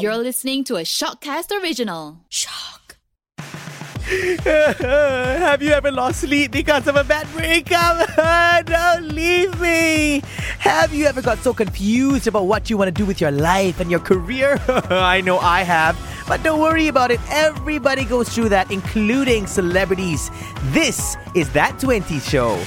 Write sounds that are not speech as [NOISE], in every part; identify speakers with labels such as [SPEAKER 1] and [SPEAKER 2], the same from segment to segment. [SPEAKER 1] You're listening to a Shockcast original.
[SPEAKER 2] Shock.
[SPEAKER 3] Have you ever lost sleep because of a bad breakup? [LAUGHS] Don't leave me. Have you ever got so confused about what you want to do with your life and your career? [LAUGHS] I know I have. But don't worry about it. Everybody goes through that, including celebrities. This is That 20 Show.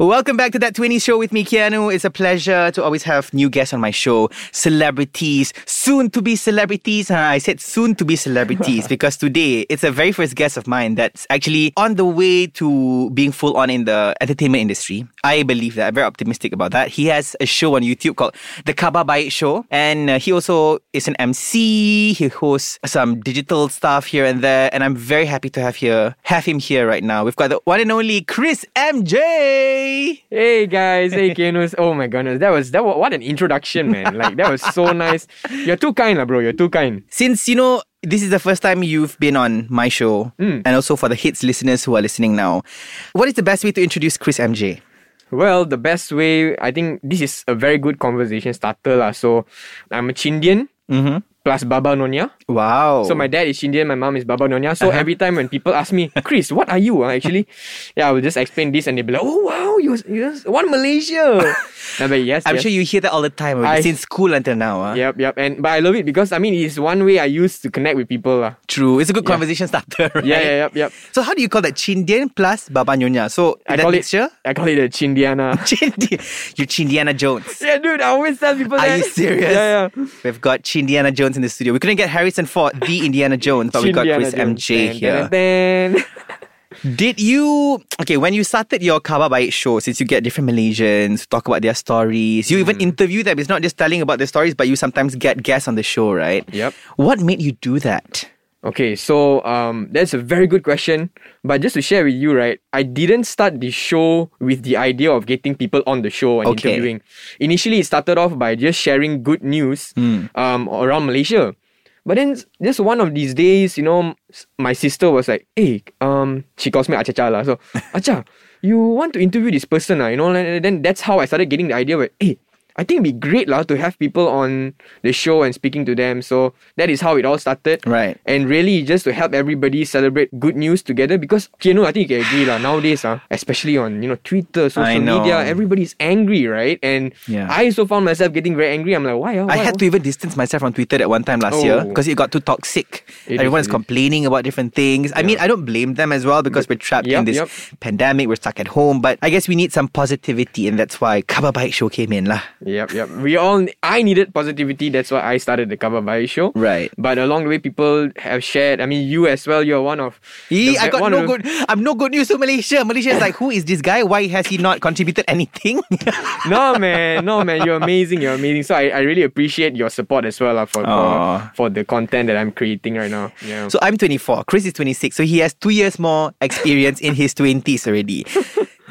[SPEAKER 3] Welcome back to That 20 Show with me, Keanu. It's a pleasure to always have new guests on my show. Celebrities, soon to be celebrities. Huh? I said soon to be celebrities because today it's a very first guest of mine that's actually on the way to being full on in the entertainment industry. I believe that. I'm very optimistic about that. He has a show on YouTube called The Kaba Baik Show. And uh, he also is an MC. He hosts some digital stuff here and there. And I'm very happy to have here have him here right now. We've got the one and only Chris MJ.
[SPEAKER 4] Hey guys, hey Kenus. Oh my goodness, that was that was, what an introduction, man. Like that was so nice. You're too kind, lah, bro. You're too kind.
[SPEAKER 3] Since you know this is the first time you've been on my show,
[SPEAKER 4] Hmm.
[SPEAKER 3] and also for the hits listeners who are listening now, what is the best way to introduce Chris MJ?
[SPEAKER 4] Well, the best way I think this is a very good conversation starter, lah. So I'm a Chindian
[SPEAKER 3] Mm-hmm.
[SPEAKER 4] plus Baba Nonya.
[SPEAKER 3] Wow. [LAUGHS]
[SPEAKER 4] So my [LAUGHS] dad is Indian, my mom is Baba Nonya.
[SPEAKER 3] Uh-huh.
[SPEAKER 4] So every time when people ask me, Chris, what are you ah, actually? Yeah, I will just explain this, and they'll be like, Oh wow, you you one Malaysia. i will be like, yes,
[SPEAKER 3] I'm
[SPEAKER 4] yes.
[SPEAKER 3] sure you hear that all the time
[SPEAKER 4] I-
[SPEAKER 3] since school until now. huh?
[SPEAKER 4] Yep, yep. And but I love it because I mean it's one way I use to connect with people, lah.
[SPEAKER 3] True. It's a good conversation starter, [LAUGHS] right?
[SPEAKER 4] Yeah, yeah, yep, yep.
[SPEAKER 3] So how do you call that? Chindian plus Babanyonya. So
[SPEAKER 4] I
[SPEAKER 3] that
[SPEAKER 4] call
[SPEAKER 3] mixture? [LAUGHS]
[SPEAKER 4] it. I call it a Chindiana. [LAUGHS]
[SPEAKER 3] Chindi- You're Chindiana Jones.
[SPEAKER 4] Yeah, dude, I always tell people
[SPEAKER 3] Are
[SPEAKER 4] that.
[SPEAKER 3] you serious?
[SPEAKER 4] Yeah, yeah.
[SPEAKER 3] We've got Chindiana Jones in the studio. We couldn't get Harrison Ford, the Indiana Jones, but we got Chris MJ here.
[SPEAKER 4] [LAUGHS] here.
[SPEAKER 3] Did you okay when you started your Kaba Baik show? Since you get different Malaysians talk about their stories, you even
[SPEAKER 4] Hmm.
[SPEAKER 3] interview them. It's not just telling about their stories, but you sometimes get guests on the show, right?
[SPEAKER 4] Yep.
[SPEAKER 3] What made you do that?
[SPEAKER 4] Okay, so um, that's a very good question. But just to share with you, right, I didn't start the show with the idea of getting people on the show and
[SPEAKER 3] Okay.
[SPEAKER 4] interviewing. Initially, it started off by just sharing good news
[SPEAKER 3] Hmm.
[SPEAKER 4] um, around Malaysia. But then, just one of these days, you know, s- my sister was like, "Hey, um," she calls me Achacha lah. So,
[SPEAKER 3] [LAUGHS]
[SPEAKER 4] Acha, you want to interview this person, ah? You know, and and then that's how I started getting the idea. Where, hey, I think it'd be great lah to have people on the show and speaking to them. So that is how it all started.
[SPEAKER 3] Right.
[SPEAKER 4] And really just to help everybody celebrate good news together because you know, I think you can agree lah nowadays, ah, especially on you know Twitter,
[SPEAKER 3] I
[SPEAKER 4] social
[SPEAKER 3] know.
[SPEAKER 4] media, everybody's angry, right? And
[SPEAKER 3] Yeah.
[SPEAKER 4] I also found myself getting very angry. I'm like, why? ah?
[SPEAKER 3] I
[SPEAKER 4] Why?
[SPEAKER 3] had to even distance myself from Twitter at one time last
[SPEAKER 4] Oh.
[SPEAKER 3] year because it got too toxic.
[SPEAKER 4] It is,
[SPEAKER 3] Everyone's
[SPEAKER 4] it is.
[SPEAKER 3] complaining about different things. I mean, I don't blame them as well because we're trapped in
[SPEAKER 4] Yup,
[SPEAKER 3] this
[SPEAKER 4] yup.
[SPEAKER 3] pandemic. We're stuck at home, but I guess we need some positivity, and that's why Kaba Bike Show came in, lah.
[SPEAKER 4] Yep, yep. We all I needed positivity. That's why I started the Cover by show.
[SPEAKER 3] Right.
[SPEAKER 4] But along the way, people have shared. I mean, you as well. You're one of.
[SPEAKER 3] Ee,
[SPEAKER 4] the
[SPEAKER 3] I
[SPEAKER 4] ve-
[SPEAKER 3] got
[SPEAKER 4] one
[SPEAKER 3] no
[SPEAKER 4] of-
[SPEAKER 3] good. I'm no good news to Malaysia. Malaysia is like, who is this guy? Why has he not contributed [LAUGHS] anything? [LAUGHS]
[SPEAKER 4] No man, no man. You're amazing. You're amazing. So I, I really appreciate your support as well uh, for,
[SPEAKER 3] Aw.
[SPEAKER 4] for for the content that I'm creating right now. Yeah.
[SPEAKER 3] so I'm 24. Chris is 26. So he has two years more experience in his 20s
[SPEAKER 4] [LAUGHS]
[SPEAKER 3] already.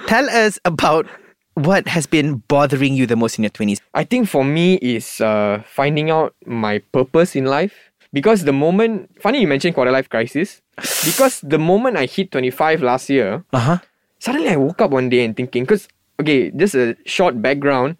[SPEAKER 3] Tell us about what has been bothering you the most in your 20s.
[SPEAKER 4] I think for me is uh, finding out my purpose in life. Because the moment, funny you mentioned quarter
[SPEAKER 3] [SIGHS]
[SPEAKER 4] life crisis. Because the moment I hit 25 last year,
[SPEAKER 3] Uh huh.
[SPEAKER 4] suddenly I woke up one day and thinking, because, okay, just a short background.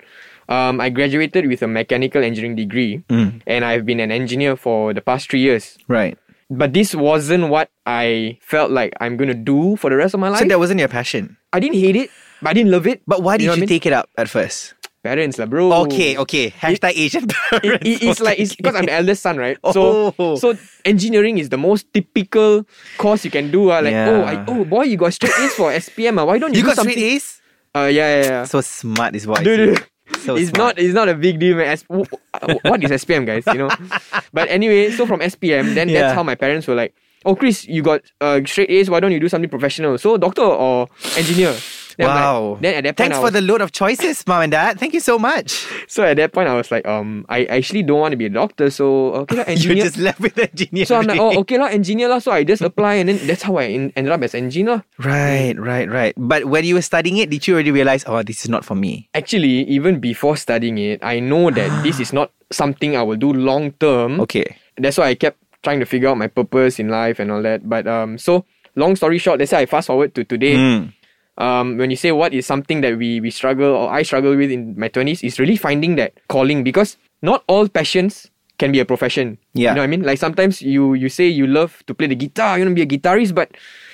[SPEAKER 4] Um, I graduated with a mechanical engineering degree
[SPEAKER 3] Mm.
[SPEAKER 4] and I've been an engineer for the past three years.
[SPEAKER 3] Right.
[SPEAKER 4] But this wasn't what I felt like I'm going to do for the rest of my life.
[SPEAKER 3] So that wasn't your passion.
[SPEAKER 4] I didn't hate it, but I didn't love it.
[SPEAKER 3] But why did you,
[SPEAKER 4] know what I mean?
[SPEAKER 3] take it up at first?
[SPEAKER 4] parents, lah, bro?
[SPEAKER 3] Okay, okay. Hashtag Asian
[SPEAKER 4] it,
[SPEAKER 3] parents.
[SPEAKER 4] it-
[SPEAKER 3] [LAUGHS]
[SPEAKER 4] it's like it's because I'm the eldest son, right?
[SPEAKER 3] Oh.
[SPEAKER 4] So so engineering is the most typical course you can do. Uh, like
[SPEAKER 3] Yeah.
[SPEAKER 4] oh I, oh boy, you got straight A's for SPM. Uh, why don't
[SPEAKER 3] You
[SPEAKER 4] you, do
[SPEAKER 3] got straight
[SPEAKER 4] something?
[SPEAKER 3] A's?
[SPEAKER 4] Uh, yeah, yeah, yeah.
[SPEAKER 3] So smart is what I
[SPEAKER 4] Dude,
[SPEAKER 3] see.
[SPEAKER 4] dude.
[SPEAKER 3] So
[SPEAKER 4] it's
[SPEAKER 3] smart.
[SPEAKER 4] not it's not a big deal, man. S- w- w- what is SPM, guys?
[SPEAKER 3] [LAUGHS]
[SPEAKER 4] You know. but anyway, so from SPM, then
[SPEAKER 3] Yeah.
[SPEAKER 4] that's how my parents were like, "Oh, Chris, you got uh, straight A's. Why don't you do something professional? So doctor or engineer." Then I'm like-
[SPEAKER 3] Wow.
[SPEAKER 4] then at that point,
[SPEAKER 3] Thanks
[SPEAKER 4] I
[SPEAKER 3] for
[SPEAKER 4] was-
[SPEAKER 3] the load of choices, mom and dad. Thank you so much.
[SPEAKER 4] [LAUGHS] so at that point, I was like, um, I actually don't want to be a doctor. So okay,
[SPEAKER 3] [LAUGHS]
[SPEAKER 4] lah,
[SPEAKER 3] You
[SPEAKER 4] engineer.
[SPEAKER 3] just left with engineering.
[SPEAKER 4] So I'm like, oh, okay lah, engineer lah. So I just apply and then that's how I en- ended up as engineer.
[SPEAKER 3] [LAUGHS] Right, right, right. But when you were studying it, did you already realize, oh, this is not for me?
[SPEAKER 4] Actually, even before studying it, I know that this is not something I will do long term.
[SPEAKER 3] Okay.
[SPEAKER 4] That's why I kept trying to figure out my purpose in life and all that. But um, so long story short, let's say I fast forward to today.
[SPEAKER 3] Mm.
[SPEAKER 4] Um, when you say what is something that we we struggle or I struggle with in my twenties, is really finding that calling because not all passions can be a profession.
[SPEAKER 3] Yeah.
[SPEAKER 4] You know what I mean? Like sometimes you you say you love to play the guitar, you want to be a guitarist, but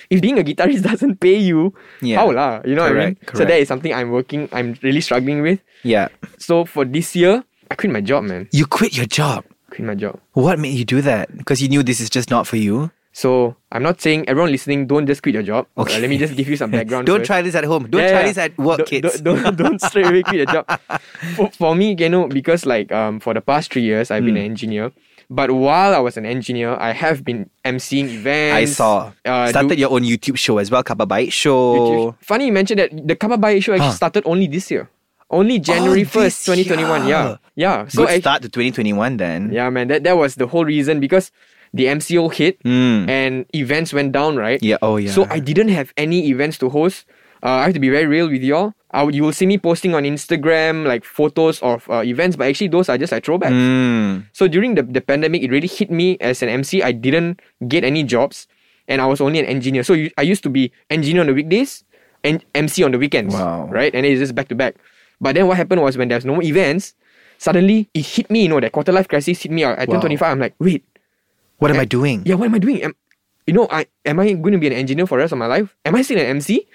[SPEAKER 4] if being a guitarist [LAUGHS] doesn't pay you,
[SPEAKER 3] Yeah.
[SPEAKER 4] how lah? You know what I mean?
[SPEAKER 3] Correct,
[SPEAKER 4] So that
[SPEAKER 3] correct.
[SPEAKER 4] is something I'm working, I'm really struggling with.
[SPEAKER 3] Yeah.
[SPEAKER 4] So for this year, I quit my job, man.
[SPEAKER 3] You quit your job.
[SPEAKER 4] Quit my job.
[SPEAKER 3] What made you do that? Because you knew this is just not for you.
[SPEAKER 4] So I'm not saying everyone listening, don't just quit your job. Uh,
[SPEAKER 3] Okay.
[SPEAKER 4] let me just give you some
[SPEAKER 3] [LAUGHS]
[SPEAKER 4] background.
[SPEAKER 3] Don't
[SPEAKER 4] first.
[SPEAKER 3] try this at home. Don't
[SPEAKER 4] Yeah,
[SPEAKER 3] try
[SPEAKER 4] yeah.
[SPEAKER 3] this at work,
[SPEAKER 4] don't,
[SPEAKER 3] kids.
[SPEAKER 4] Don't, don't, don't straight away quit
[SPEAKER 3] [LAUGHS]
[SPEAKER 4] your job. For, for me, you know, because like um for the past three years I've
[SPEAKER 3] Hmm.
[SPEAKER 4] been an engineer. But while I was an engineer, I have been emceeing events.
[SPEAKER 3] I saw.
[SPEAKER 4] Uh,
[SPEAKER 3] Started
[SPEAKER 4] do-
[SPEAKER 3] your own YouTube show as well, Kaba Bait Show.
[SPEAKER 4] YouTube- Funny you mentioned that the Kaba Baye show actually started only this year. Only January
[SPEAKER 3] Oh, this
[SPEAKER 4] 1st,
[SPEAKER 3] year.
[SPEAKER 4] 2021. Yeah. Yeah.
[SPEAKER 3] Good
[SPEAKER 4] I-
[SPEAKER 3] start to 2021 then.
[SPEAKER 4] yeah, man. That, that was the whole reason because the MCO hit
[SPEAKER 3] Mm.
[SPEAKER 4] and events went down, right?
[SPEAKER 3] Yeah, oh, yeah.
[SPEAKER 4] So I didn't have any events to host. Uh, I have to be very real with y'all. I would- you will see me posting on Instagram like photos of uh, events, but actually those are just like throwbacks.
[SPEAKER 3] Mm.
[SPEAKER 4] So during the, the pandemic, it really hit me as an MC. I didn't get any jobs, and I was only an engineer. So you, I used to be engineer on the weekdays and MC on the weekends.
[SPEAKER 3] Wow.
[SPEAKER 4] Right, and it's just back to back. But then what happened was when there's no events, suddenly it hit me. You know that quarter life crisis hit me. I I turned
[SPEAKER 3] Wow.
[SPEAKER 4] 25. I'm like, wait,
[SPEAKER 3] What am I doing?
[SPEAKER 4] yeah, what am I doing? Am, you know, I am I going to be an engineer for the rest of my life? Am I still an MC?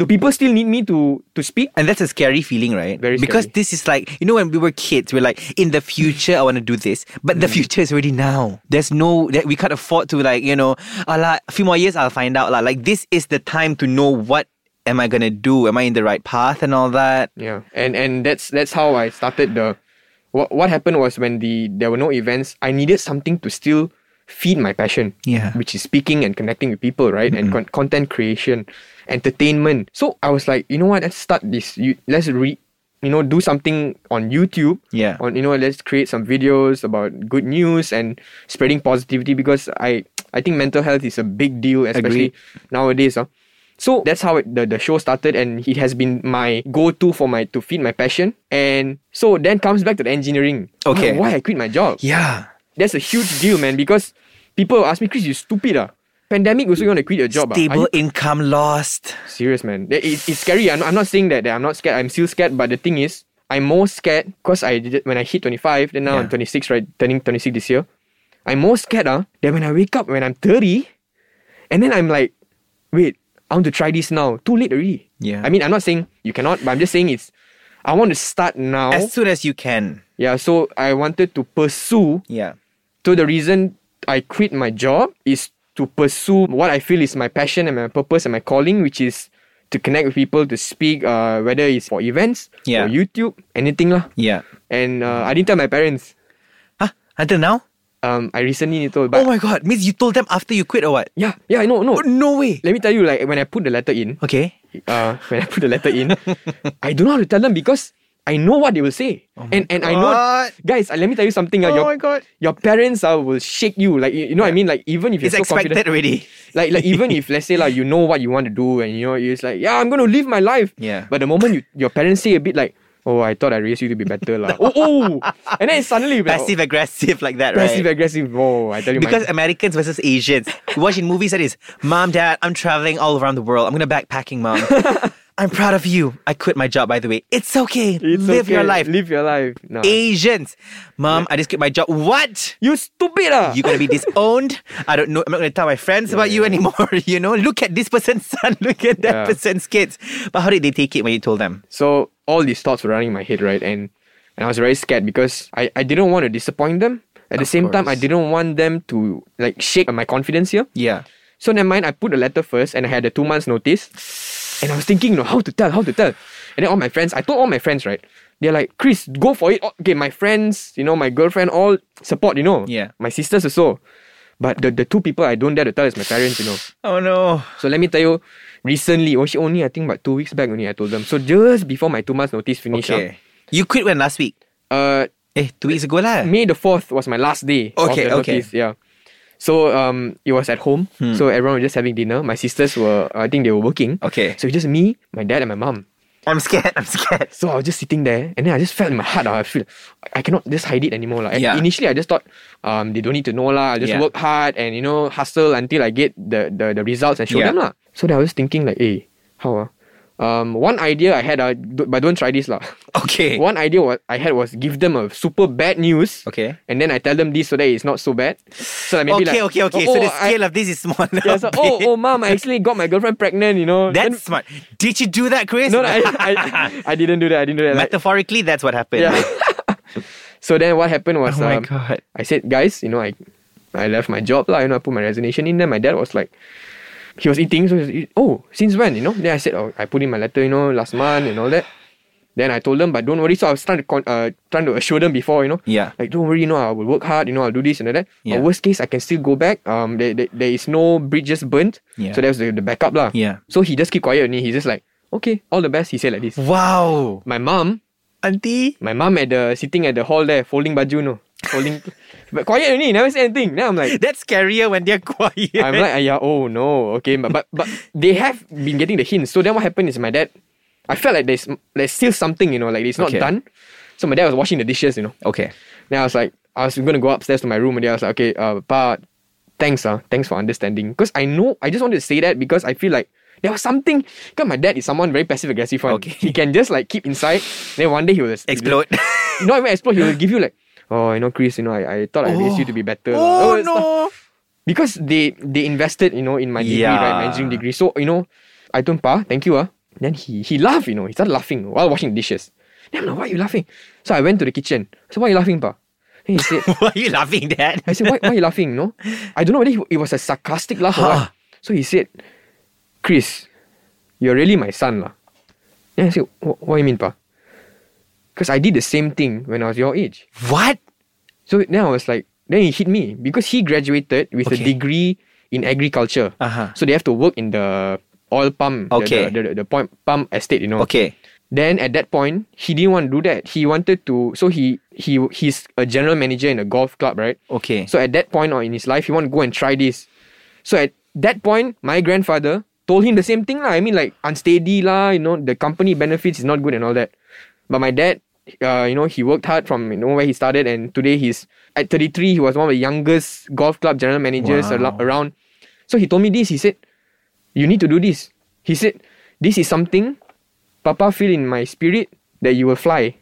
[SPEAKER 4] Do people still need me to to speak?
[SPEAKER 3] And that's a scary feeling, right?
[SPEAKER 4] Very
[SPEAKER 3] Because
[SPEAKER 4] scary.
[SPEAKER 3] this is like, you know, when we were kids, we're like, in the future, I want to do this. But
[SPEAKER 4] Mm.
[SPEAKER 3] the future is already now. There's no, that we can't afford to, like, you know, "Alah, a few more years, I'll find out. lah." Like, this is the time to know what am I going to do? Am I in the right path and all that?
[SPEAKER 4] Yeah, and and that's that's how I started the. What what happened was when the there were no events, I needed something to still feed my passion.
[SPEAKER 3] Yeah.
[SPEAKER 4] which is speaking and connecting with people, right? And con- content creation, entertainment. So I was like, you know what? Let's start this. You let's re, you know, do something on YouTube.
[SPEAKER 3] Yeah.
[SPEAKER 4] On you know, let's create some videos about good news and spreading positivity because I I think mental health is a big deal, especially nowadays. Huh? So that's how it, the, the show started, and it has been my go to for my to feed my passion. And so then comes back to the engineering.
[SPEAKER 3] Okay.
[SPEAKER 4] why, why I quit my job?
[SPEAKER 3] Yeah.
[SPEAKER 4] That's a huge deal, man. Because people will ask me, Chris, you stupid ah. Pandemic also you want to quit your job ah? Are
[SPEAKER 3] Stable
[SPEAKER 4] you
[SPEAKER 3] income lost.
[SPEAKER 4] serious, man? That- it- it's scary. I'm, I'm not saying that, that I'm not scared. I'm still scared. But the thing is, I'm more scared because I did, when I hit 25, then now I'm 26, right? Turning 26 this year. I'm more scared ah that when I wake up when I'm 30, and then I'm like, wait, I want to try this now. Too late already.
[SPEAKER 3] Yeah.
[SPEAKER 4] I mean, I'm not saying you cannot, but I'm just saying it's. I want to start now.
[SPEAKER 3] As soon as you can.
[SPEAKER 4] yeah. So I wanted to pursue
[SPEAKER 3] Yeah.
[SPEAKER 4] so the reason I quit my job is to pursue what I feel is my passion and my purpose and my calling, which is to connect with people, to speak, uh, whether it's for events,
[SPEAKER 3] Yeah.
[SPEAKER 4] for YouTube, anything lah.
[SPEAKER 3] Yeah.
[SPEAKER 4] And uh, I didn't tell my parents.
[SPEAKER 3] Huh? Until now?
[SPEAKER 4] Um, I recently need
[SPEAKER 3] Oh
[SPEAKER 4] to. But
[SPEAKER 3] my god. Means you told them after you quit or what?
[SPEAKER 4] yeah, yeah, no,
[SPEAKER 3] Oh,
[SPEAKER 4] no.
[SPEAKER 3] no way.
[SPEAKER 4] Let me tell you, like when I put the letter in,
[SPEAKER 3] Okay.
[SPEAKER 4] uh, when I put the letter
[SPEAKER 3] [LAUGHS]
[SPEAKER 4] in, I don't know how to tell them because I know what they will say, and and I know,
[SPEAKER 3] Oh God. Oh
[SPEAKER 4] guys. Uh, let me tell you something. Uh, your,
[SPEAKER 3] god.
[SPEAKER 4] your parents uh, will shake you, like you, you know what I mean. Like even if you're
[SPEAKER 3] It's
[SPEAKER 4] so confident,
[SPEAKER 3] expected
[SPEAKER 4] [LAUGHS]
[SPEAKER 3] already.
[SPEAKER 4] Like like even if let's say like you know what you want to do and you know it's like yeah I'm gonna live my life.
[SPEAKER 3] Yeah.
[SPEAKER 4] But the moment you your parents say a bit like oh I thought I raised you to be
[SPEAKER 3] [LAUGHS]
[SPEAKER 4] better like oh oh and then suddenly you'll be like,
[SPEAKER 3] Passive aggressive like that,
[SPEAKER 4] oh,
[SPEAKER 3] right?
[SPEAKER 4] passive aggressive oh I tell you my-
[SPEAKER 3] Because uh, Americans versus Asians. We watch in movies that is, Mom, Dad, I'm traveling all around the world. I'm gonna backpacking,
[SPEAKER 4] [LAUGHS]
[SPEAKER 3] Mom. I'm proud of you. I quit my job, by the way. It's okay.
[SPEAKER 4] It's
[SPEAKER 3] Live your
[SPEAKER 4] okay,
[SPEAKER 3] life.
[SPEAKER 4] live your life nah.
[SPEAKER 3] Asians. Mom, I just quit my job. What?
[SPEAKER 4] you stupid ah
[SPEAKER 3] You're gonna
[SPEAKER 4] [LAUGHS]
[SPEAKER 3] be disowned. I don't know. I'm not gonna tell my friends about you anymore. [LAUGHS] You know, look at this person's son. [LAUGHS] Look at that
[SPEAKER 4] Yeah.
[SPEAKER 3] person's kids. But how did they take it when you told them?
[SPEAKER 4] so all these thoughts were running in my head right and and I was very scared because I I didn't want to disappoint them at the same time I
[SPEAKER 3] course.
[SPEAKER 4] didn't want them to like shake my confidence here
[SPEAKER 3] Yeah.
[SPEAKER 4] So never mind, I put the letter first and I had a two months notice. And I was thinking, no, how to tell, how to tell. And then all my friends, I told all my friends, right? They're like, Chris, go for it. Oh, Okay, my friends, you know, my girlfriend, all support, you know.
[SPEAKER 3] Yeah.
[SPEAKER 4] My sisters also. But the, the two people I don't dare to tell is my parents, you know.
[SPEAKER 3] Oh no.
[SPEAKER 4] So let me tell you, recently, only, only I think about two weeks back only I told them. So just before my two months notice finished,
[SPEAKER 3] Okay. You quit when last week?
[SPEAKER 4] uh,
[SPEAKER 3] Eh, two weeks ago lah.
[SPEAKER 4] May the fourth was my last day.
[SPEAKER 3] Okay,
[SPEAKER 4] of the
[SPEAKER 3] okay. Hmm.
[SPEAKER 4] Notice, yeah. So um, it was at home. So everyone was just having dinner. My sisters were, I think they were working.
[SPEAKER 3] Okay.
[SPEAKER 4] So it's just me, my dad, and my mom.
[SPEAKER 3] I'm scared. [LAUGHS] I'm scared.
[SPEAKER 4] [LAUGHS] So I was just sitting there, and then I just felt in my heart, ah, I feel I cannot just hide it anymore. Like
[SPEAKER 3] Yeah.
[SPEAKER 4] initially, I just thought, um, they don't need to know lah. I just
[SPEAKER 3] Yeah.
[SPEAKER 4] work hard and you know hustle until I get the the, the results and show
[SPEAKER 3] Yeah.
[SPEAKER 4] them lah. So then I was thinking like, hey, how ah? Um, one idea I had, uh, d- but don't try this lah. [LAUGHS]
[SPEAKER 3] Okay.
[SPEAKER 4] One idea what I had was give them a super bad news.
[SPEAKER 3] Okay.
[SPEAKER 4] And then I tell them this so that it's not so bad. So that maybe
[SPEAKER 3] okay,
[SPEAKER 4] like,
[SPEAKER 3] okay, okay. so
[SPEAKER 4] oh,
[SPEAKER 3] the
[SPEAKER 4] oh, I-
[SPEAKER 3] scale of this is smaller.
[SPEAKER 4] yeah, so, oh, oh, mom, I actually got my girlfriend pregnant, you know.
[SPEAKER 3] That's
[SPEAKER 4] Then-
[SPEAKER 3] smart. Did you do that, Chris?
[SPEAKER 4] no, no, I, I, I didn't do that. I didn't do that.
[SPEAKER 3] [LAUGHS]
[SPEAKER 4] Like,
[SPEAKER 3] Metaphorically, that's what happened.
[SPEAKER 4] yeah. [LAUGHS] so then what happened was,
[SPEAKER 3] [LAUGHS] Oh my
[SPEAKER 4] um,
[SPEAKER 3] god.
[SPEAKER 4] I said, guys, you know, I, I left my job, lah. You know, I put my resignation in there. My dad was like, he was eating, so he was, eat- oh, since when, you know? Then I said, oh, I put in my letter, you know, last month and all that. Then I told them, but don't worry. So I was trying to con- uh, trying to assure them before, you know.
[SPEAKER 3] Yeah.
[SPEAKER 4] Like don't worry, you know, I will work hard, you know, I'll do this and all that.
[SPEAKER 3] Yeah.
[SPEAKER 4] But worst case, I can still go back. Um, there, there, there is no bridges burnt.
[SPEAKER 3] Yeah.
[SPEAKER 4] So that was the, the backup lah.
[SPEAKER 3] Yeah.
[SPEAKER 4] So he just keep quiet and he's just like, okay, all the best. He said like
[SPEAKER 3] Mm.
[SPEAKER 4] this.
[SPEAKER 3] Wow.
[SPEAKER 4] My mom
[SPEAKER 3] Auntie.
[SPEAKER 4] my mom at the sitting at the hall there, folding baju, no, folding, [LAUGHS] but quiet only, never say anything. Then I'm like,
[SPEAKER 3] That's scarier when they're [LAUGHS] quiet.
[SPEAKER 4] I'm like, yeah, oh no, okay, but but but they have been getting the hints. So then what happened is my dad, I felt like there's there's still something, you know, like it's not
[SPEAKER 3] Okay.
[SPEAKER 4] done. So my dad was washing the dishes, you know.
[SPEAKER 3] okay.
[SPEAKER 4] Then I was like, I was gonna go upstairs to my room, and then I was like, okay, uh, pa, thanks, uh, thanks for understanding, because I know I just wanted to say that because I feel like. There was something because my dad is someone very passive aggressive one.
[SPEAKER 3] Okay.
[SPEAKER 4] He can just like keep inside, then one day he will
[SPEAKER 3] Explode.
[SPEAKER 4] not even explore, he will give you like, oh, you know, Chris, you know, I, I thought I raised you to be better.
[SPEAKER 3] oh
[SPEAKER 4] it's not-
[SPEAKER 3] no.
[SPEAKER 4] Because they they invested, you know, in my degree, right? My
[SPEAKER 3] Yeah.
[SPEAKER 4] engineering degree. So, you know, I don't pa, thank you, ah. Then he he laughed, you know, he started laughing while washing dishes. Then I'm like, why are you laughing? So I went to the kitchen. So why are you laughing, pa? Then he said,
[SPEAKER 3] [LAUGHS] Why are you laughing, Dad?
[SPEAKER 4] I said, why, why are you laughing? No, I don't know whether he, it was a sarcastic laugh or
[SPEAKER 3] [LAUGHS]
[SPEAKER 4] what. So he said, Chris, you're really my son, lah. Then I said, "Wha- what do you mean, pa? Because I did the same thing when I was your age.
[SPEAKER 3] What?
[SPEAKER 4] So then I was like, then he hit me because he graduated with a
[SPEAKER 3] Okay.
[SPEAKER 4] degree in agriculture.
[SPEAKER 3] Uh-huh.
[SPEAKER 4] So they have to work in the oil pump, the-
[SPEAKER 3] Okay.
[SPEAKER 4] the, the, the, point, pump estate, you know.
[SPEAKER 3] Okay.
[SPEAKER 4] Then at that point, he didn't want to do that. He wanted to, so he he he's a general manager in a golf club, right?
[SPEAKER 3] Okay.
[SPEAKER 4] So at that point or in his life, he want to go and try this. So at that point, my grandfather told him the same thing. lah. I mean, like unsteady lah. You know, the company benefits is not good and all that. But my dad, uh, you know, he worked hard from you know where he started, and today he's at 33. He was one of the youngest golf club general managers
[SPEAKER 3] Wow.
[SPEAKER 4] alo- around. So he told me this. He said, "You need to do this." He said, "This is something, Papa feel in my spirit that you will fly."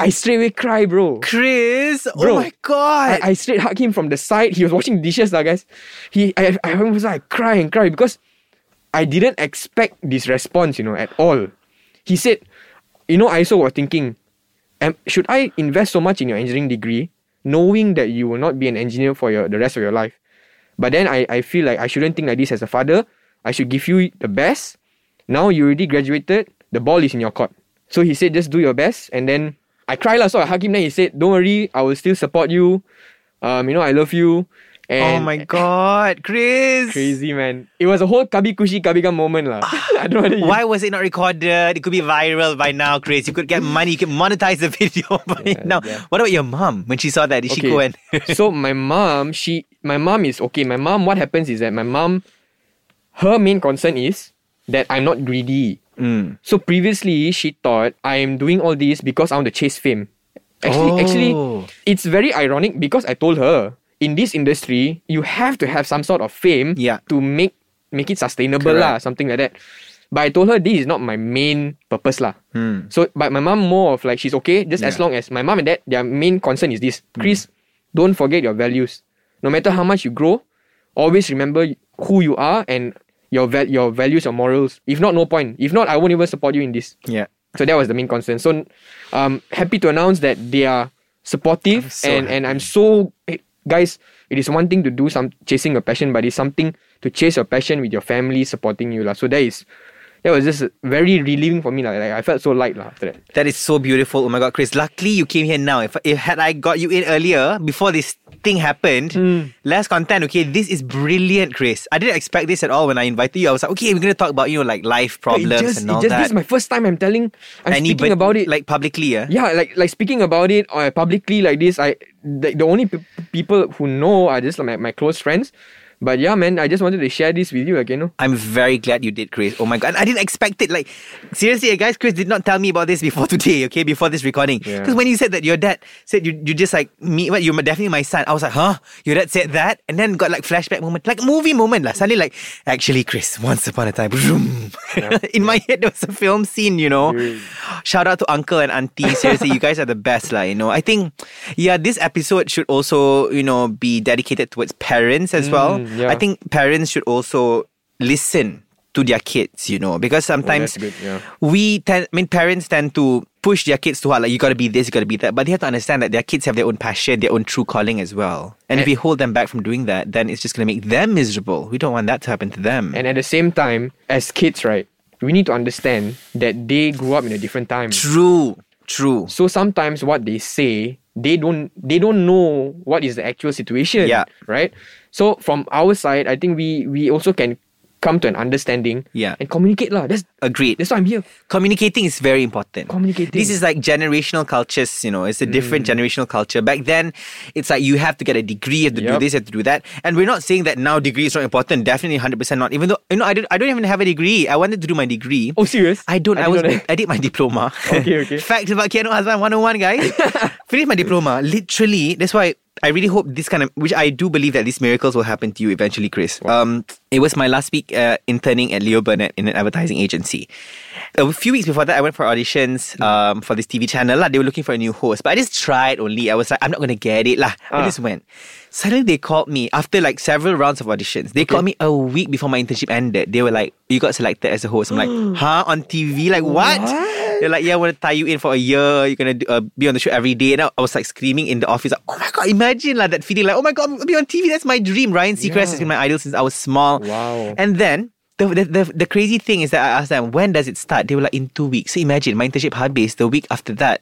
[SPEAKER 4] I straight away cry, bro.
[SPEAKER 3] Chris.
[SPEAKER 4] Bro,
[SPEAKER 3] oh my god.
[SPEAKER 4] I, I straight hugged him from the side. He was washing dishes, lah, guys. He, I, I remember I cry and cry because I didn't expect this response, you know, at all. He said, you know, I also was thinking, am, should I invest so much in your engineering degree, knowing that you will not be an engineer for your the rest of your life? But then I, I feel like I shouldn't think like this as a father. I should give you the best. Now you already graduated. The ball is in your court. So he said, just do your best. And then I cried lah. So I hugged him. Then he said, don't worry. I will still support you. Um, you know, I love you.
[SPEAKER 3] oh
[SPEAKER 4] And
[SPEAKER 3] my god, Chris.
[SPEAKER 4] Crazy man. It was a whole kabi kushi kabigam moment lah. [LAUGHS] I don't know whether you-
[SPEAKER 3] Why was it not recorded? It could be viral by now, Chris. You could get money. You could monetize the [LAUGHS] video by now.
[SPEAKER 4] yeah.
[SPEAKER 3] What about your mom? When she saw that, did she go [LAUGHS]
[SPEAKER 4] [LAUGHS]
[SPEAKER 3] and?
[SPEAKER 4] so my mom, she my mom is okay. My mom, what happens is that my mom, her main concern is that I'm not greedy.
[SPEAKER 3] Mm.
[SPEAKER 4] So previously she thought I'm doing all this because I want to chase fame. Actually, actually,
[SPEAKER 3] Oh.
[SPEAKER 4] it's very ironic because I told her in this industry you have to have some sort of fame
[SPEAKER 3] Yeah.
[SPEAKER 4] to make make it sustainable
[SPEAKER 3] Correct.
[SPEAKER 4] lah, something like that. But I told her this is not my main purpose lah.
[SPEAKER 3] Hmm.
[SPEAKER 4] So, but my mom more of like she's okay just as long as my mom and dad their main concern is this. Chris, don't forget your values. No matter how much you grow, always remember who you are and your val- your values or morals. If not, no point. If not, I won't even support you in this.
[SPEAKER 3] Yeah.
[SPEAKER 4] So that was the main concern. So, um, happy to announce that they are supportive
[SPEAKER 3] so
[SPEAKER 4] and and I'm so eh, guys. It is one thing to do some chasing your passion, but it's something to chase your passion with your family supporting you lah. So that is that was just very relieving for me lah. Like I felt so light lah after that.
[SPEAKER 3] That is so beautiful. Oh my god, Chris! Luckily you came here now. If, if had I got you in earlier before this thing happened,
[SPEAKER 4] Hmm.
[SPEAKER 3] less content. Okay, this is brilliant, Chris. I didn't expect this at all when I invited you. I was like, okay, we're gonna talk about you know like life
[SPEAKER 4] It
[SPEAKER 3] problems
[SPEAKER 4] just,
[SPEAKER 3] and
[SPEAKER 4] it
[SPEAKER 3] all
[SPEAKER 4] just-
[SPEAKER 3] that.
[SPEAKER 4] This is my first time I'm telling. I'm
[SPEAKER 3] Any-
[SPEAKER 4] speaking
[SPEAKER 3] but,
[SPEAKER 4] about it.
[SPEAKER 3] like publicly, yeah.
[SPEAKER 4] yeah, like like speaking about it uh, publicly like this. I the, the only pe- people who know are just like my, my close friends. But yeah, man, I just wanted to share this with you, like, you know.
[SPEAKER 3] I'm very glad you did, Chris. Oh my god, I didn't expect it. Like seriously, eh, guys, Chris did not tell me about this before [LAUGHS] today. Okay, before this recording,
[SPEAKER 4] Yeah.
[SPEAKER 3] because when you said that your dad said you you just like me, what you're definitely my son. I was like, huh? Your dad said that, and then got like flashback moment, like movie moment lah. Suddenly, like actually, Chris, once upon a time, [LAUGHS] vroom. in my head there was a film scene. You know, shout out to uncle and auntie. Seriously, you guys are the best, lah. You know, I think yeah, this episode should also you know be dedicated towards parents as well.
[SPEAKER 4] Mm, yeah.
[SPEAKER 3] I think think parents should also listen to their kids, you know, because sometimes
[SPEAKER 4] Oh, that's good, yeah.
[SPEAKER 3] we tend, I mean, parents tend to push their kids too hard, like, you gotta be this, you gotta be that. But they have to understand that their kids have their own passion, their own true calling as well. And if we hold them back from doing that, then it's just gonna make them miserable. We don't want that to happen to them.
[SPEAKER 4] And at the same time, as kids, right, we need to understand that they grew up in a different time.
[SPEAKER 3] true, true.
[SPEAKER 4] So sometimes what they say, they don't they don't know what is the actual situation.
[SPEAKER 3] Yeah.
[SPEAKER 4] Right? So from our side, I think we we also can come to an understanding
[SPEAKER 3] Yeah.
[SPEAKER 4] and communicate lah. That's
[SPEAKER 3] Agreed.
[SPEAKER 4] that's why I'm here.
[SPEAKER 3] communicating is very important.
[SPEAKER 4] Communicating. Mm.
[SPEAKER 3] This is like generational cultures, you know, it's a different generational culture. Back then, it's like you have to get a degree, you have to do
[SPEAKER 4] Yup.
[SPEAKER 3] this, you have to do that. And we're not saying that now degree is not important. Definitely 100% not. Even though, you know, I, did, I don't even have a degree. I wanted to do my degree.
[SPEAKER 4] Oh serious?
[SPEAKER 3] I don't. I, was.
[SPEAKER 4] don't-
[SPEAKER 3] [LAUGHS] I did my diploma.
[SPEAKER 4] Okay, okay.
[SPEAKER 3] Facts about Keanu Hassan 101, guys. Finished my diploma. Literally, that's why I really hope this kind of, which I do believe that these miracles will happen to you eventually, Chris. Um, it was my last week uh, interning at Leo Burnett in an advertising agency. A few weeks before that, I went for auditions um, for this TV channel. lah. They were looking for a new host, but I just tried only. I was like, I'm not gonna get it, lah. I
[SPEAKER 4] Ah.
[SPEAKER 3] just went. Suddenly, they called me after like several rounds of auditions. They called me a week before my internship ended. They were like, "You got selected as a host." I'm like, "Huh? On TV? Like what?" They're like, "Yeah, we're gonna tie you in for a year. You're gonna do, uh, be on the show every day." And I, I was like screaming in the office, like, "Oh my god! Imagine like that feeling, like, oh my god, I'll be on TV. That's my dream." Ryan Seacrest has been my idol since I was small.
[SPEAKER 4] Wow.
[SPEAKER 3] And then the, the, the, the crazy thing is that I asked them, when does it start? They were like, in two weeks. So imagine, my internship habis the week after that.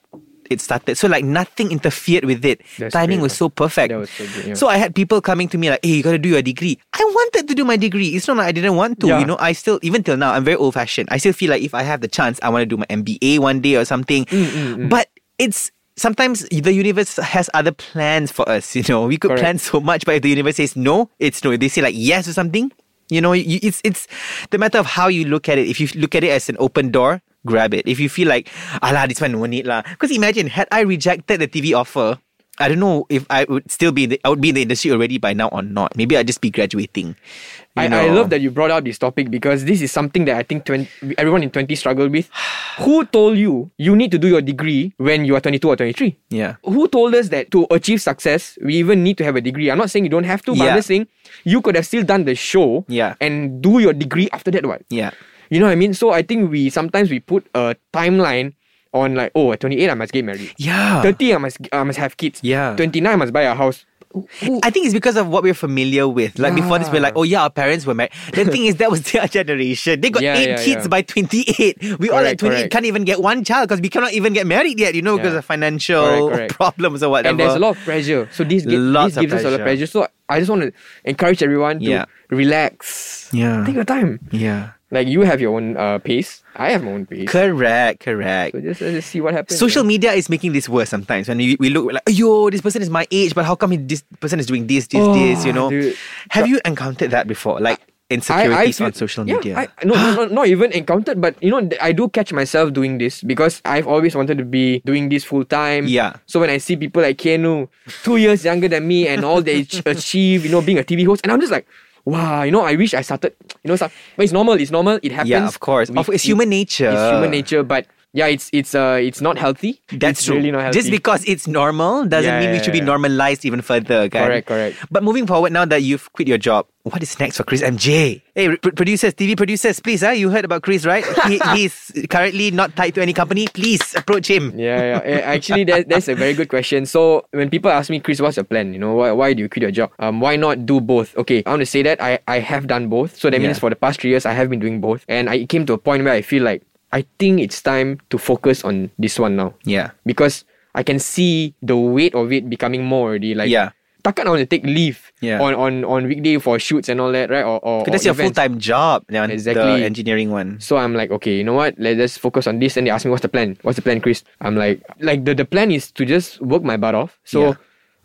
[SPEAKER 3] It started. So, like, nothing interfered with it.
[SPEAKER 4] That's
[SPEAKER 3] Timing
[SPEAKER 4] great,
[SPEAKER 3] was so perfect.
[SPEAKER 4] That was so good, yeah.
[SPEAKER 3] So I had people coming to me like, hey, you got to do your degree. I wanted to do my degree. It's not like I didn't want to.
[SPEAKER 4] Yeah.
[SPEAKER 3] You know, I still, even till now, I'm very old fashioned. I still feel like if I have the chance, I want to do my MBA one day or something.
[SPEAKER 4] Mm,
[SPEAKER 3] But it's, Sometimes the universe has other plans for us, you know. We could
[SPEAKER 4] Correct.
[SPEAKER 3] plan so much, but if the universe says no, it's no. If they say like yes or something, you know, you, it's it's the matter of how you look at it. If you look at it as an open door, grab it. If you feel like, alah, this one no need lah. Because imagine had I rejected the TV offer, I don't know if I would still be in the, I would be in the industry already by now or not. Maybe I'd just be graduating.
[SPEAKER 4] I,
[SPEAKER 3] you know.
[SPEAKER 4] I love that you brought up this topic because this is something that I think 20, everyone in 20
[SPEAKER 3] [SIGHS]
[SPEAKER 4] struggle with. Who told you you need to do your degree when you are 22 or 23?
[SPEAKER 3] Yeah.
[SPEAKER 4] Who told us that to achieve success, we even need to have a degree? I'm not saying you don't have to, but
[SPEAKER 3] Yeah.
[SPEAKER 4] I'm just saying you could have still done the show
[SPEAKER 3] Yeah.
[SPEAKER 4] and do your degree after that, what?
[SPEAKER 3] Yeah.
[SPEAKER 4] You know what I mean? So I think we sometimes we put a timeline on like, oh, at 28 I must get married.
[SPEAKER 3] Yeah.
[SPEAKER 4] 30 I must I must have kids.
[SPEAKER 3] Yeah.
[SPEAKER 4] 29 I must buy a house. Who-
[SPEAKER 3] I think it's because of what we're familiar with. Like before this, we're like, oh yeah, our parents were married. The thing is, that was [LAUGHS] their generation. They got
[SPEAKER 4] Yeah,
[SPEAKER 3] eight
[SPEAKER 4] yeah,
[SPEAKER 3] kids
[SPEAKER 4] yeah.
[SPEAKER 3] by 28. We all at
[SPEAKER 4] Correct,
[SPEAKER 3] 28
[SPEAKER 4] correct.
[SPEAKER 3] can't even get one child because we cannot even get married yet, you know, because
[SPEAKER 4] Yeah.
[SPEAKER 3] of financial
[SPEAKER 4] Correct, correct.
[SPEAKER 3] problems or whatever.
[SPEAKER 4] And there's a lot of pressure. So this, gi-
[SPEAKER 3] Lots
[SPEAKER 4] this
[SPEAKER 3] of
[SPEAKER 4] gives us a lot of
[SPEAKER 3] pressure.
[SPEAKER 4] pressure. So I just want to encourage everyone to
[SPEAKER 3] Yeah.
[SPEAKER 4] relax.
[SPEAKER 3] Yeah.
[SPEAKER 4] Take your time.
[SPEAKER 3] Yeah.
[SPEAKER 4] Like you have your own uh, pace. I have my own pace.
[SPEAKER 3] Correct, correct.
[SPEAKER 4] So just, let's just see what happens.
[SPEAKER 3] Social
[SPEAKER 4] man.
[SPEAKER 3] media is making this worse sometimes. When we, we look we're like, yo, this person is my age, but how come he- this person is doing this, this,
[SPEAKER 4] Oh,
[SPEAKER 3] this? You know,
[SPEAKER 4] dude.
[SPEAKER 3] have you encountered that before? Like
[SPEAKER 4] I, I
[SPEAKER 3] insecurities
[SPEAKER 4] feel-
[SPEAKER 3] on social
[SPEAKER 4] yeah,
[SPEAKER 3] media.
[SPEAKER 4] I, no, no, no, not even encountered, but you know, th- I do catch myself doing this because I've always wanted to be doing this full time.
[SPEAKER 3] Yeah.
[SPEAKER 4] So when I see people like Keanu, two years younger than me, and all they
[SPEAKER 3] [LAUGHS]
[SPEAKER 4] ach- achieve, you know, being a TV host, and I'm just like, wow, you know, I wish I started, you know, some, but it's normal. It's normal. It happens.
[SPEAKER 3] yeah, of course.
[SPEAKER 4] We-
[SPEAKER 3] Of, it's
[SPEAKER 4] it-
[SPEAKER 3] human nature.
[SPEAKER 4] It's human nature, but yeah, it's it's uh it's not healthy.
[SPEAKER 3] That's
[SPEAKER 4] it's
[SPEAKER 3] true.
[SPEAKER 4] really not healthy.
[SPEAKER 3] Just because it's normal doesn't
[SPEAKER 4] Yeah,
[SPEAKER 3] mean we
[SPEAKER 4] yeah,
[SPEAKER 3] should be
[SPEAKER 4] yeah.
[SPEAKER 3] normalized even further, kan?
[SPEAKER 4] Correct, correct.
[SPEAKER 3] But moving forward, now that you've quit your job, what is next for Chris MJ? Hey, pr- producers, TV producers, please, ah, you heard about Chris,
[SPEAKER 4] [LAUGHS]
[SPEAKER 3] right? he, he's currently not tied to any company. Please approach him.
[SPEAKER 4] yeah, yeah. Eh, Actually, that, that's a very good question. So when people ask me, Chris, what's your plan? You know, why, why do you quit your job? Um, why not do both? Okay, I want to say that I, I have done both. So that means
[SPEAKER 3] Yeah.
[SPEAKER 4] for the past three years, I have been doing both, and I it came to a point where I feel like I think it's time to focus on this one now.
[SPEAKER 3] [LAUGHS] Yeah.
[SPEAKER 4] Because I can see the weight of it becoming more already. Like
[SPEAKER 3] Yeah.
[SPEAKER 4] Takan, I want to take leave
[SPEAKER 3] Yeah.
[SPEAKER 4] on, on, on weekday for shoots and all that, right? Or, or
[SPEAKER 3] 'Cause That's
[SPEAKER 4] or
[SPEAKER 3] your full
[SPEAKER 4] events.
[SPEAKER 3] time job, the-
[SPEAKER 4] Exactly.
[SPEAKER 3] the engineering one.
[SPEAKER 4] So I'm like, okay, you know what? Let, let's focus on this. And they ask me, what's the plan? What's the plan, Chris? I'm like, like the, the plan is to just work my butt off. So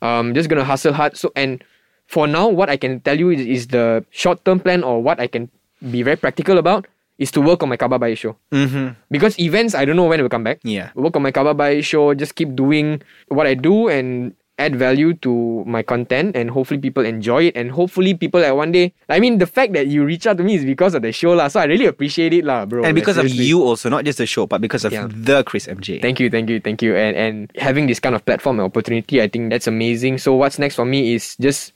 [SPEAKER 3] Yeah.
[SPEAKER 4] um, just gonna hustle hard. So and for now, what I can tell you is, is the short term plan or what I can be very practical about is to work on my Kababai show.
[SPEAKER 3] Mm-hmm.
[SPEAKER 4] Because events, I don't know when it will come back.
[SPEAKER 3] Yeah.
[SPEAKER 4] Work on my Kababai show, just keep doing what I do and add value to my content and hopefully people enjoy it and hopefully people like one day I mean the fact that you reach out to me is because of the show lah so I really appreciate it lah bro
[SPEAKER 3] And
[SPEAKER 4] Like,
[SPEAKER 3] because of
[SPEAKER 4] seriously.
[SPEAKER 3] you also, not just the show, but because of
[SPEAKER 4] Yeah.
[SPEAKER 3] the Chris MJ.
[SPEAKER 4] Thank you, thank you, thank you. And and having this kind of platform and opportunity, I think that's amazing. So what's next for me is just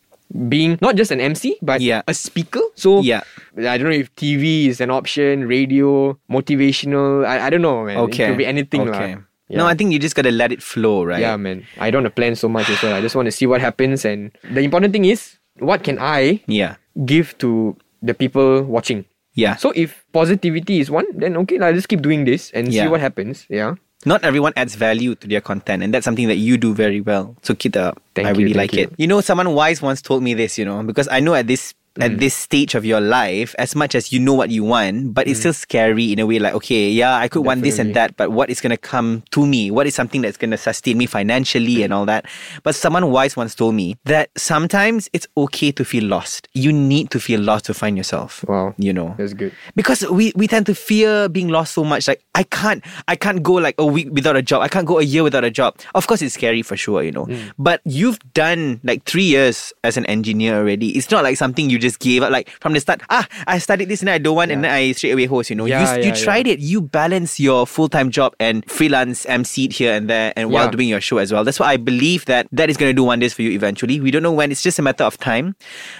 [SPEAKER 4] being not just an MC, but
[SPEAKER 3] Yeah.
[SPEAKER 4] a speaker. So
[SPEAKER 3] Yeah.
[SPEAKER 4] I don't know if TV is an option, radio, motivational. I, I don't know, man.
[SPEAKER 3] Okay.
[SPEAKER 4] It could be anything. lah.
[SPEAKER 3] Okay.
[SPEAKER 4] Yeah.
[SPEAKER 3] No, I think you just gotta let it flow, right?
[SPEAKER 4] Yeah, man. I don't want to plan so much as well. I just want to see what happens and the important thing is what can I
[SPEAKER 3] Yeah.
[SPEAKER 4] give to the people watching?
[SPEAKER 3] Yeah.
[SPEAKER 4] So if positivity is one, then okay, lah, just keep doing this and see
[SPEAKER 3] Yeah.
[SPEAKER 4] what happens. Yeah.
[SPEAKER 3] not everyone adds value to their content, and that's something that you do very well. So keep that up.
[SPEAKER 4] Thank
[SPEAKER 3] I really
[SPEAKER 4] you, thank
[SPEAKER 3] like
[SPEAKER 4] you.
[SPEAKER 3] it. You know, someone wise once told me this. You know, because I know at this
[SPEAKER 4] Mm.
[SPEAKER 3] at this stage of your life, as much as you know what you want, but
[SPEAKER 4] Mm.
[SPEAKER 3] it's still scary in a way. Like, okay, yeah, I could want this and that, but what is gonna come to me? What is something that's gonna sustain me financially and all that? But someone wise once told me that sometimes it's okay to feel lost. You need to feel lost to find yourself.
[SPEAKER 4] Wow.
[SPEAKER 3] You know,
[SPEAKER 4] That's good.
[SPEAKER 3] because we, we tend to fear being lost so much like i can't i can't go like a week without a job i can't go a year without a job of course it's scary for sure you know
[SPEAKER 4] Hmm.
[SPEAKER 3] but you've done like three years as an engineer already it's not like something you just gave up like from the start ah i studied this and i don't want and then i straight away host you know
[SPEAKER 4] Yeah,
[SPEAKER 3] you, you
[SPEAKER 4] yeah, yeah.
[SPEAKER 3] tried it you balance your full-time job and freelance mc here and there and while
[SPEAKER 4] Yeah.
[SPEAKER 3] doing your show as well that's why i believe that that is going to do wonders for you eventually we don't know when it's just a matter of time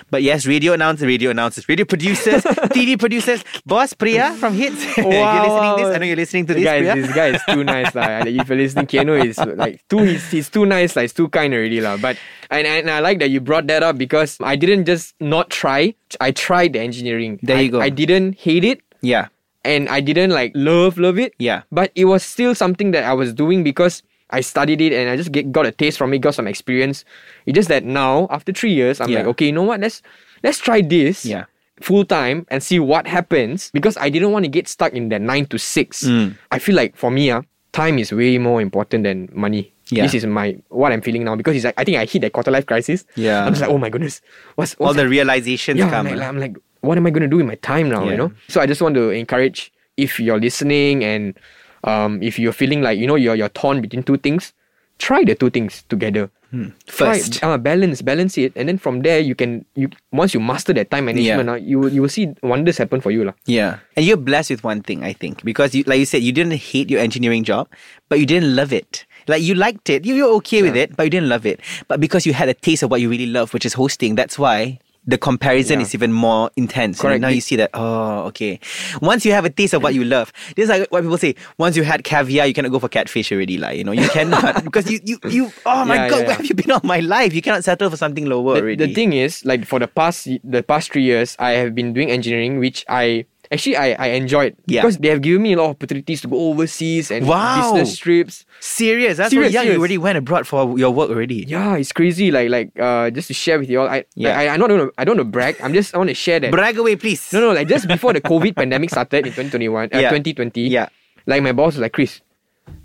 [SPEAKER 3] but yes radio announcers radio announcers radio producers
[SPEAKER 4] [LAUGHS]
[SPEAKER 3] tv producers boss priya from hits [LAUGHS] [LAUGHS] you're listening this i know you're listening to this
[SPEAKER 4] guy,
[SPEAKER 3] priya
[SPEAKER 4] This guy is too nice, lah. Like, If you're listening, Keanu is like too. He's, he's too nice, like he's too kind already, lah. But and, and I like that you brought that up because I didn't just not try. I tried the engineering.
[SPEAKER 3] There
[SPEAKER 4] I-
[SPEAKER 3] you go.
[SPEAKER 4] I didn't hate it,
[SPEAKER 3] yeah
[SPEAKER 4] and I didn't like love love it.
[SPEAKER 3] Yeah.
[SPEAKER 4] But it was still something that I was doing because I studied it and I just get, got a taste from it, got some experience. It's just that now after three years, I'm
[SPEAKER 3] Yeah.
[SPEAKER 4] like, okay, you know what? Let's let's try this.
[SPEAKER 3] Yeah.
[SPEAKER 4] Full time and see what happens because I didn't want to get stuck in that nine to six.
[SPEAKER 3] Mm.
[SPEAKER 4] I feel like for me, uh, time is way more important than money.
[SPEAKER 3] Yeah.
[SPEAKER 4] This is my what I'm feeling now because it's like, I think I hit that quarter life crisis.
[SPEAKER 3] Yeah.
[SPEAKER 4] I'm just like, oh my goodness, what's, what's
[SPEAKER 3] all the realizations
[SPEAKER 4] yeah,
[SPEAKER 3] come
[SPEAKER 4] I'm like, I'm like, what am I going to do with my time now? You
[SPEAKER 3] Yeah.
[SPEAKER 4] know. So I just want to encourage if you're listening and um, if you're feeling like you know you're you're torn between two things, try the two things together.
[SPEAKER 3] Hmm. first
[SPEAKER 4] try, uh, balance balance it, and then from there you can you once you master that time management,
[SPEAKER 3] Yeah.
[SPEAKER 4] uh, you will- you will see wonders happen for you lah.
[SPEAKER 3] Yeah. And you're blessed with one thing, I think, because you, like you said, you didn't hate your engineering job, but you didn't love it. Like you liked it, you you were okay with it, but you didn't love it. But because you had a taste of what you really love, which is hosting, that's why the comparison
[SPEAKER 4] Yeah.
[SPEAKER 3] is even more intense.
[SPEAKER 4] Correct.
[SPEAKER 3] And now you see that, oh, okay. Once you have a taste of what you love, this is like what people say, once you had caviar, you cannot go for catfish already, like, you know, you
[SPEAKER 4] [LAUGHS]
[SPEAKER 3] cannot. because you, you, you, oh my
[SPEAKER 4] Yeah,
[SPEAKER 3] God,
[SPEAKER 4] yeah,
[SPEAKER 3] where
[SPEAKER 4] yeah.
[SPEAKER 3] have you been all my life? You cannot settle for something lower
[SPEAKER 4] the,
[SPEAKER 3] already.
[SPEAKER 4] the thing is, like for the past the past three years, I have been doing engineering, which I actually I, I enjoyed
[SPEAKER 3] Yeah.
[SPEAKER 4] because they have given me a lot of opportunities to go overseas and
[SPEAKER 3] Wow.
[SPEAKER 4] business trips.
[SPEAKER 3] serious, that's serious,
[SPEAKER 4] Serious,
[SPEAKER 3] yeah,
[SPEAKER 4] serious.
[SPEAKER 3] you already went abroad for your work already.
[SPEAKER 4] Yeah, it's crazy. Like like uh, just to share with you all. I
[SPEAKER 3] Yeah.
[SPEAKER 4] I, I not wanna, I don't want to brag. I'm just I want to share that.
[SPEAKER 3] Brag away, please.
[SPEAKER 4] no no like just before the COVID [LAUGHS] pandemic started in 2021 uh,
[SPEAKER 3] Yeah.
[SPEAKER 4] 2020.
[SPEAKER 3] Yeah.
[SPEAKER 4] Like my boss was like Chris,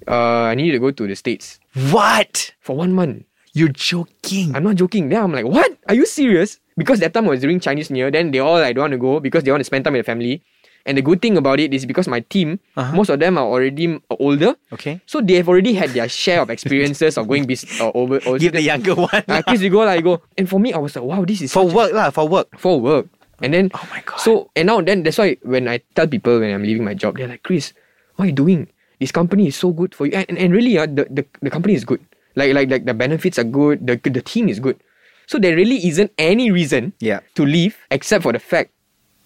[SPEAKER 4] uh, I need you to go to the states
[SPEAKER 3] What?
[SPEAKER 4] for one month.
[SPEAKER 3] You're joking.
[SPEAKER 4] I'm not joking. Then I'm like, what? Are you serious? Because that time I was during Chinese New Year. Then they all like don't want to go because they want to spend time with the family. And the good thing about it is because my team,
[SPEAKER 3] Uh-huh.
[SPEAKER 4] most of them are already m- older.
[SPEAKER 3] Okay.
[SPEAKER 4] So they have already had their share of experiences of going bus- uh, over. over-
[SPEAKER 3] [LAUGHS] Give the younger one.
[SPEAKER 4] Ah, Chris, you go lah, you go. And for me, I was like, wow, this is
[SPEAKER 3] for
[SPEAKER 4] such a-
[SPEAKER 3] work, lah, for work.
[SPEAKER 4] for work. And then
[SPEAKER 3] Oh my God.
[SPEAKER 4] So and now then that's why when I tell people when I'm leaving my job, they're like, Chris, what are you doing? This company is so good for you. And and, and really uh, the, the, the company is good. Like like like the benefits are good, the the team is good. So there really isn't any reason
[SPEAKER 3] Yeah.
[SPEAKER 4] to leave except for the fact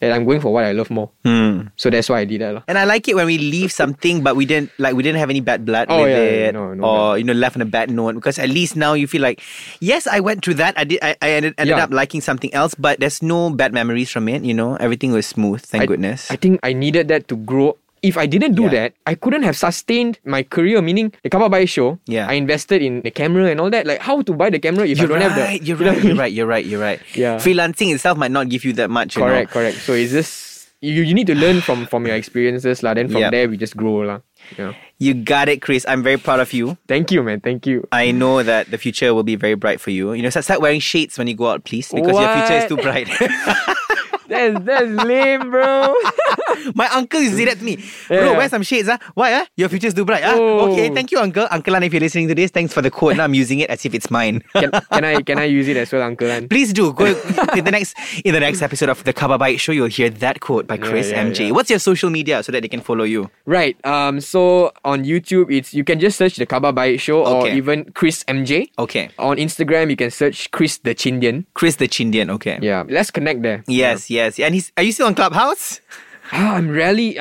[SPEAKER 4] that I'm going for what I love more.
[SPEAKER 3] Hmm.
[SPEAKER 4] So that's why I did that. lah.
[SPEAKER 3] And I like it when we leave something, but we didn't like we didn't have any bad blood
[SPEAKER 4] Oh,
[SPEAKER 3] with
[SPEAKER 4] yeah, yeah,
[SPEAKER 3] it,
[SPEAKER 4] no, no,
[SPEAKER 3] or you know, left on a bad note. Because at least now you feel like, yes, I went through that. I did. I, I ended, ended
[SPEAKER 4] Yeah.
[SPEAKER 3] up liking something else, but there's no bad memories from it. You know, everything was smooth. Thank
[SPEAKER 4] I-
[SPEAKER 3] goodness.
[SPEAKER 4] I think I needed that to grow. If I didn't do
[SPEAKER 3] Yeah.
[SPEAKER 4] that, I couldn't have sustained my career. Meaning, the Kaba Buy show,
[SPEAKER 3] Yeah.
[SPEAKER 4] I invested in the camera and all that. Like, how to buy the camera if
[SPEAKER 3] you're
[SPEAKER 4] I
[SPEAKER 3] right,
[SPEAKER 4] don't have the.
[SPEAKER 3] you're
[SPEAKER 4] you
[SPEAKER 3] right.
[SPEAKER 4] know what I
[SPEAKER 3] You're
[SPEAKER 4] mean?
[SPEAKER 3] right. You're right. You're right.
[SPEAKER 4] Yeah.
[SPEAKER 3] Freelancing itself might not give you that much. you know.
[SPEAKER 4] Correct, correct. So it's just you, you need to learn from from your experiences lah. Then from
[SPEAKER 3] Yep.
[SPEAKER 4] there we just grow lah. Yeah.
[SPEAKER 3] You got it, Chris. I'm very proud of you.
[SPEAKER 4] Thank you, man.
[SPEAKER 3] [LAUGHS]
[SPEAKER 4] Thank you.
[SPEAKER 3] I know that the future will be very bright for you. You know, start start wearing shades when you go out, please, because your future is too
[SPEAKER 4] What?
[SPEAKER 3] bright. [LAUGHS]
[SPEAKER 4] That's that's lame, bro.
[SPEAKER 3] My uncle used to say that to me. Bro,
[SPEAKER 4] Yeah.
[SPEAKER 3] wear some shades, ah. Why, ah? Your future's too bright, ah.
[SPEAKER 4] Oh.
[SPEAKER 3] Okay, thank you, uncle. Uncle Lan, if you're listening to this, thanks for the quote. Now I'm using it as if it's
[SPEAKER 4] [LAUGHS]
[SPEAKER 3] mine.
[SPEAKER 4] [LAUGHS] can, can I can I use it as well, Uncle?
[SPEAKER 3] [LAUGHS]
[SPEAKER 4] Lan?
[SPEAKER 3] Please do go [LAUGHS] in the next in the next episode of the Kababite Show. You'll hear that quote by Chris
[SPEAKER 4] yeah,
[SPEAKER 3] MJ.
[SPEAKER 4] yeah.
[SPEAKER 3] What's your social media so that they can follow you?
[SPEAKER 4] Right. Um. So on YouTube, it's you can just search the Kaba Baik Show or
[SPEAKER 3] Okay.
[SPEAKER 4] even Chris MJ.
[SPEAKER 3] Okay,
[SPEAKER 4] On Instagram, you can search Chris the Chindian.
[SPEAKER 3] Chris the Chindian. Okay.
[SPEAKER 4] Yeah. Let's connect there.
[SPEAKER 3] Yes, yes, and he's. Are you still on Clubhouse?
[SPEAKER 4] Ah, I'm rarely.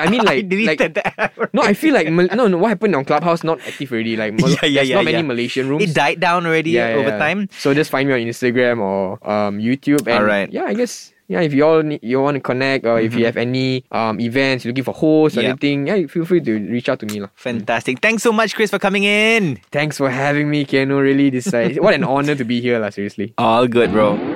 [SPEAKER 3] [LAUGHS]
[SPEAKER 4] I mean, like,
[SPEAKER 3] I deleted
[SPEAKER 4] like
[SPEAKER 3] that.
[SPEAKER 4] no, I feel like Mal- no, no. What happened on Clubhouse? Not active already. Like, Mal-
[SPEAKER 3] [LAUGHS] Yeah, yeah,
[SPEAKER 4] there's
[SPEAKER 3] yeah,
[SPEAKER 4] not
[SPEAKER 3] yeah.
[SPEAKER 4] many Malaysian rooms.
[SPEAKER 3] It died down already
[SPEAKER 4] yeah, yeah, Mm.
[SPEAKER 3] over
[SPEAKER 4] yeah.
[SPEAKER 3] time.
[SPEAKER 4] So just find me on Instagram or um YouTube. And
[SPEAKER 3] Alright. Mm-hmm.
[SPEAKER 4] Yeah, I guess. Yeah, if you all need, you want to connect or if you have any um events, you're looking for hosts or
[SPEAKER 3] Yep.
[SPEAKER 4] anything, yeah, feel free to reach out to me lah.
[SPEAKER 3] Fantastic. Thanks so much, Chris, for coming in.
[SPEAKER 4] [LAUGHS] Thanks for having me, Keno. Really, this uh, what an honor to be here, lah. Seriously.
[SPEAKER 3] All good, bro.